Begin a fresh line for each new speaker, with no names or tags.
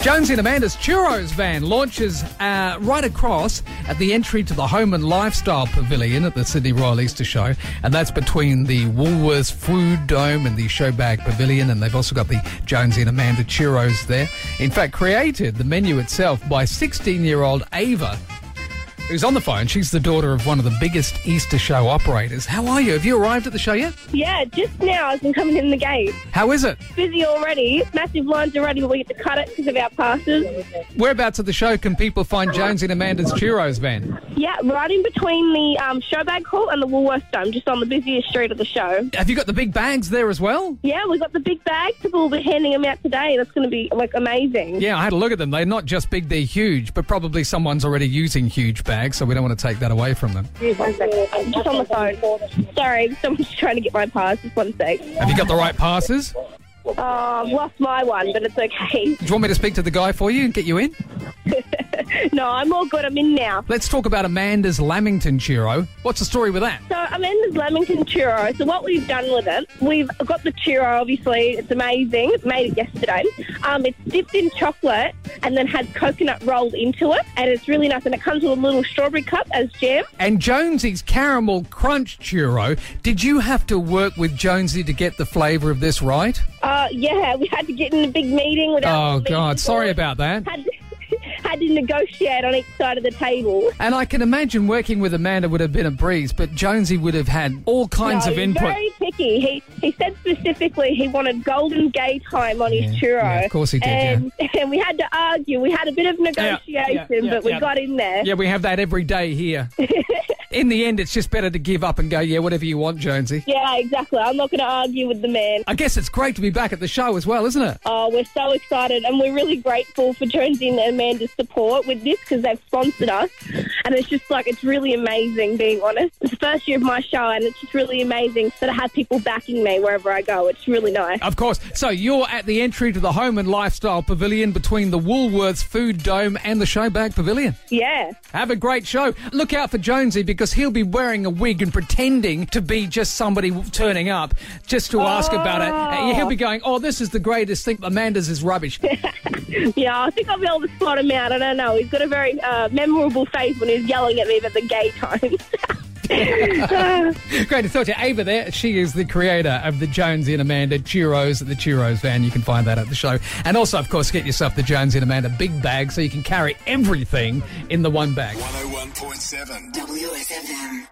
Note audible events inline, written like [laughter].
Jones and Amanda's Churros van launches uh, right across at the entry to the Home and Lifestyle Pavilion at the Sydney Royal Easter Show, and that's between the Woolworths Food Dome and the Showbag Pavilion, and they've also got the Jones and Amanda Churros there. In fact, created the menu itself by 16-year-old Ava. Who's on the phone? She's the daughter of one of the biggest Easter show operators. How are you? Have you arrived at the show yet?
Yeah, just now as I'm coming in the gate.
How is it?
Busy already. Massive lines already, but we get to cut it because of our passes.
Whereabouts at the show can people find Jones and Amanda's Churros van?
Yeah, right in between the um, Showbag Hall and the Woolworths Dome, just on the busiest street of the show.
Have you got the big bags there as well?
Yeah, we've got the big bags. People will be handing them out today. That's going to be, like, amazing.
Yeah, I had a look at them. They're not just big, they're huge, but probably someone's already using huge bags, so we don't want to take that away from them.
One second. I'm just on the phone. Sorry, someone's trying to get my pass. Just one sec.
Have you got the right passes? Do
Oh, I've lost my one, but it's okay. [laughs]
you want me to speak to the guy for you and get you in?
No, I'm all good. I'm in now.
Let's talk about Amanda's Lamington churro. What's the story with that?
So I'm in this Lamington churro. So what we've done with it, we've got the churro. Obviously, it's amazing. Made it yesterday. Um, it's dipped in chocolate and then had coconut rolled into it, and it's really nice. And it comes with a little strawberry cup as jam.
And Jonesy's caramel crunch churro. Did you have to work with Jonesy to get the flavour of this right?
Uh, yeah, we had to get in a big meeting without.
Oh God, sorry about that.
Had had to [laughs] negotiate on each side of the table.
And I can imagine working with Amanda would have been a breeze, but Jonesy would have had all kinds
No,
of
he's
input.
Very picky. He he said specifically he wanted Golden Gay time on his
Yeah,
churro.
yeah, of course he did,
And, [laughs] and we had to argue. We had a bit of
yeah,
negotiation,
yeah,
but we
yeah.
got in there.
Yeah, we have that every day here. In the end, it's just better to give up and go, yeah, whatever you want, Jonesy.
Yeah, exactly. I'm not going to argue with the man.
I guess it's great to be back at the show as well, isn't it?
Oh, we're so excited, and we're really grateful for Jonesy and Amanda's support with this because they've sponsored us, and it's just like it's really amazing. Being honest, it's the first year of my show, and it's just really amazing that I have people backing me wherever I go. It's really nice.
Of course. So you're at the entry to the Home and Lifestyle Pavilion between the Woolworths Food Dome and the Showbag Pavilion.
Yeah.
Have a great show. Look out for Jonesy because he'll be wearing a wig and pretending to be just somebody w- turning up just to ask about it. Uh, He'll be going, oh, this is the greatest thing. Amanda's is rubbish.
Yeah, I think I'll be able to spot him out. I don't know. He's got a very uh, memorable face when he's yelling at me about the gay times.
[laughs] Great to talk to you. Ava there. She is the creator of the Jonesy and Amanda Churros at the Churros Van. You can find that at the show. And also, of course, get yourself the Jonesy and Amanda big bag so you can carry everything in the one bag.
101.7.
WSFM.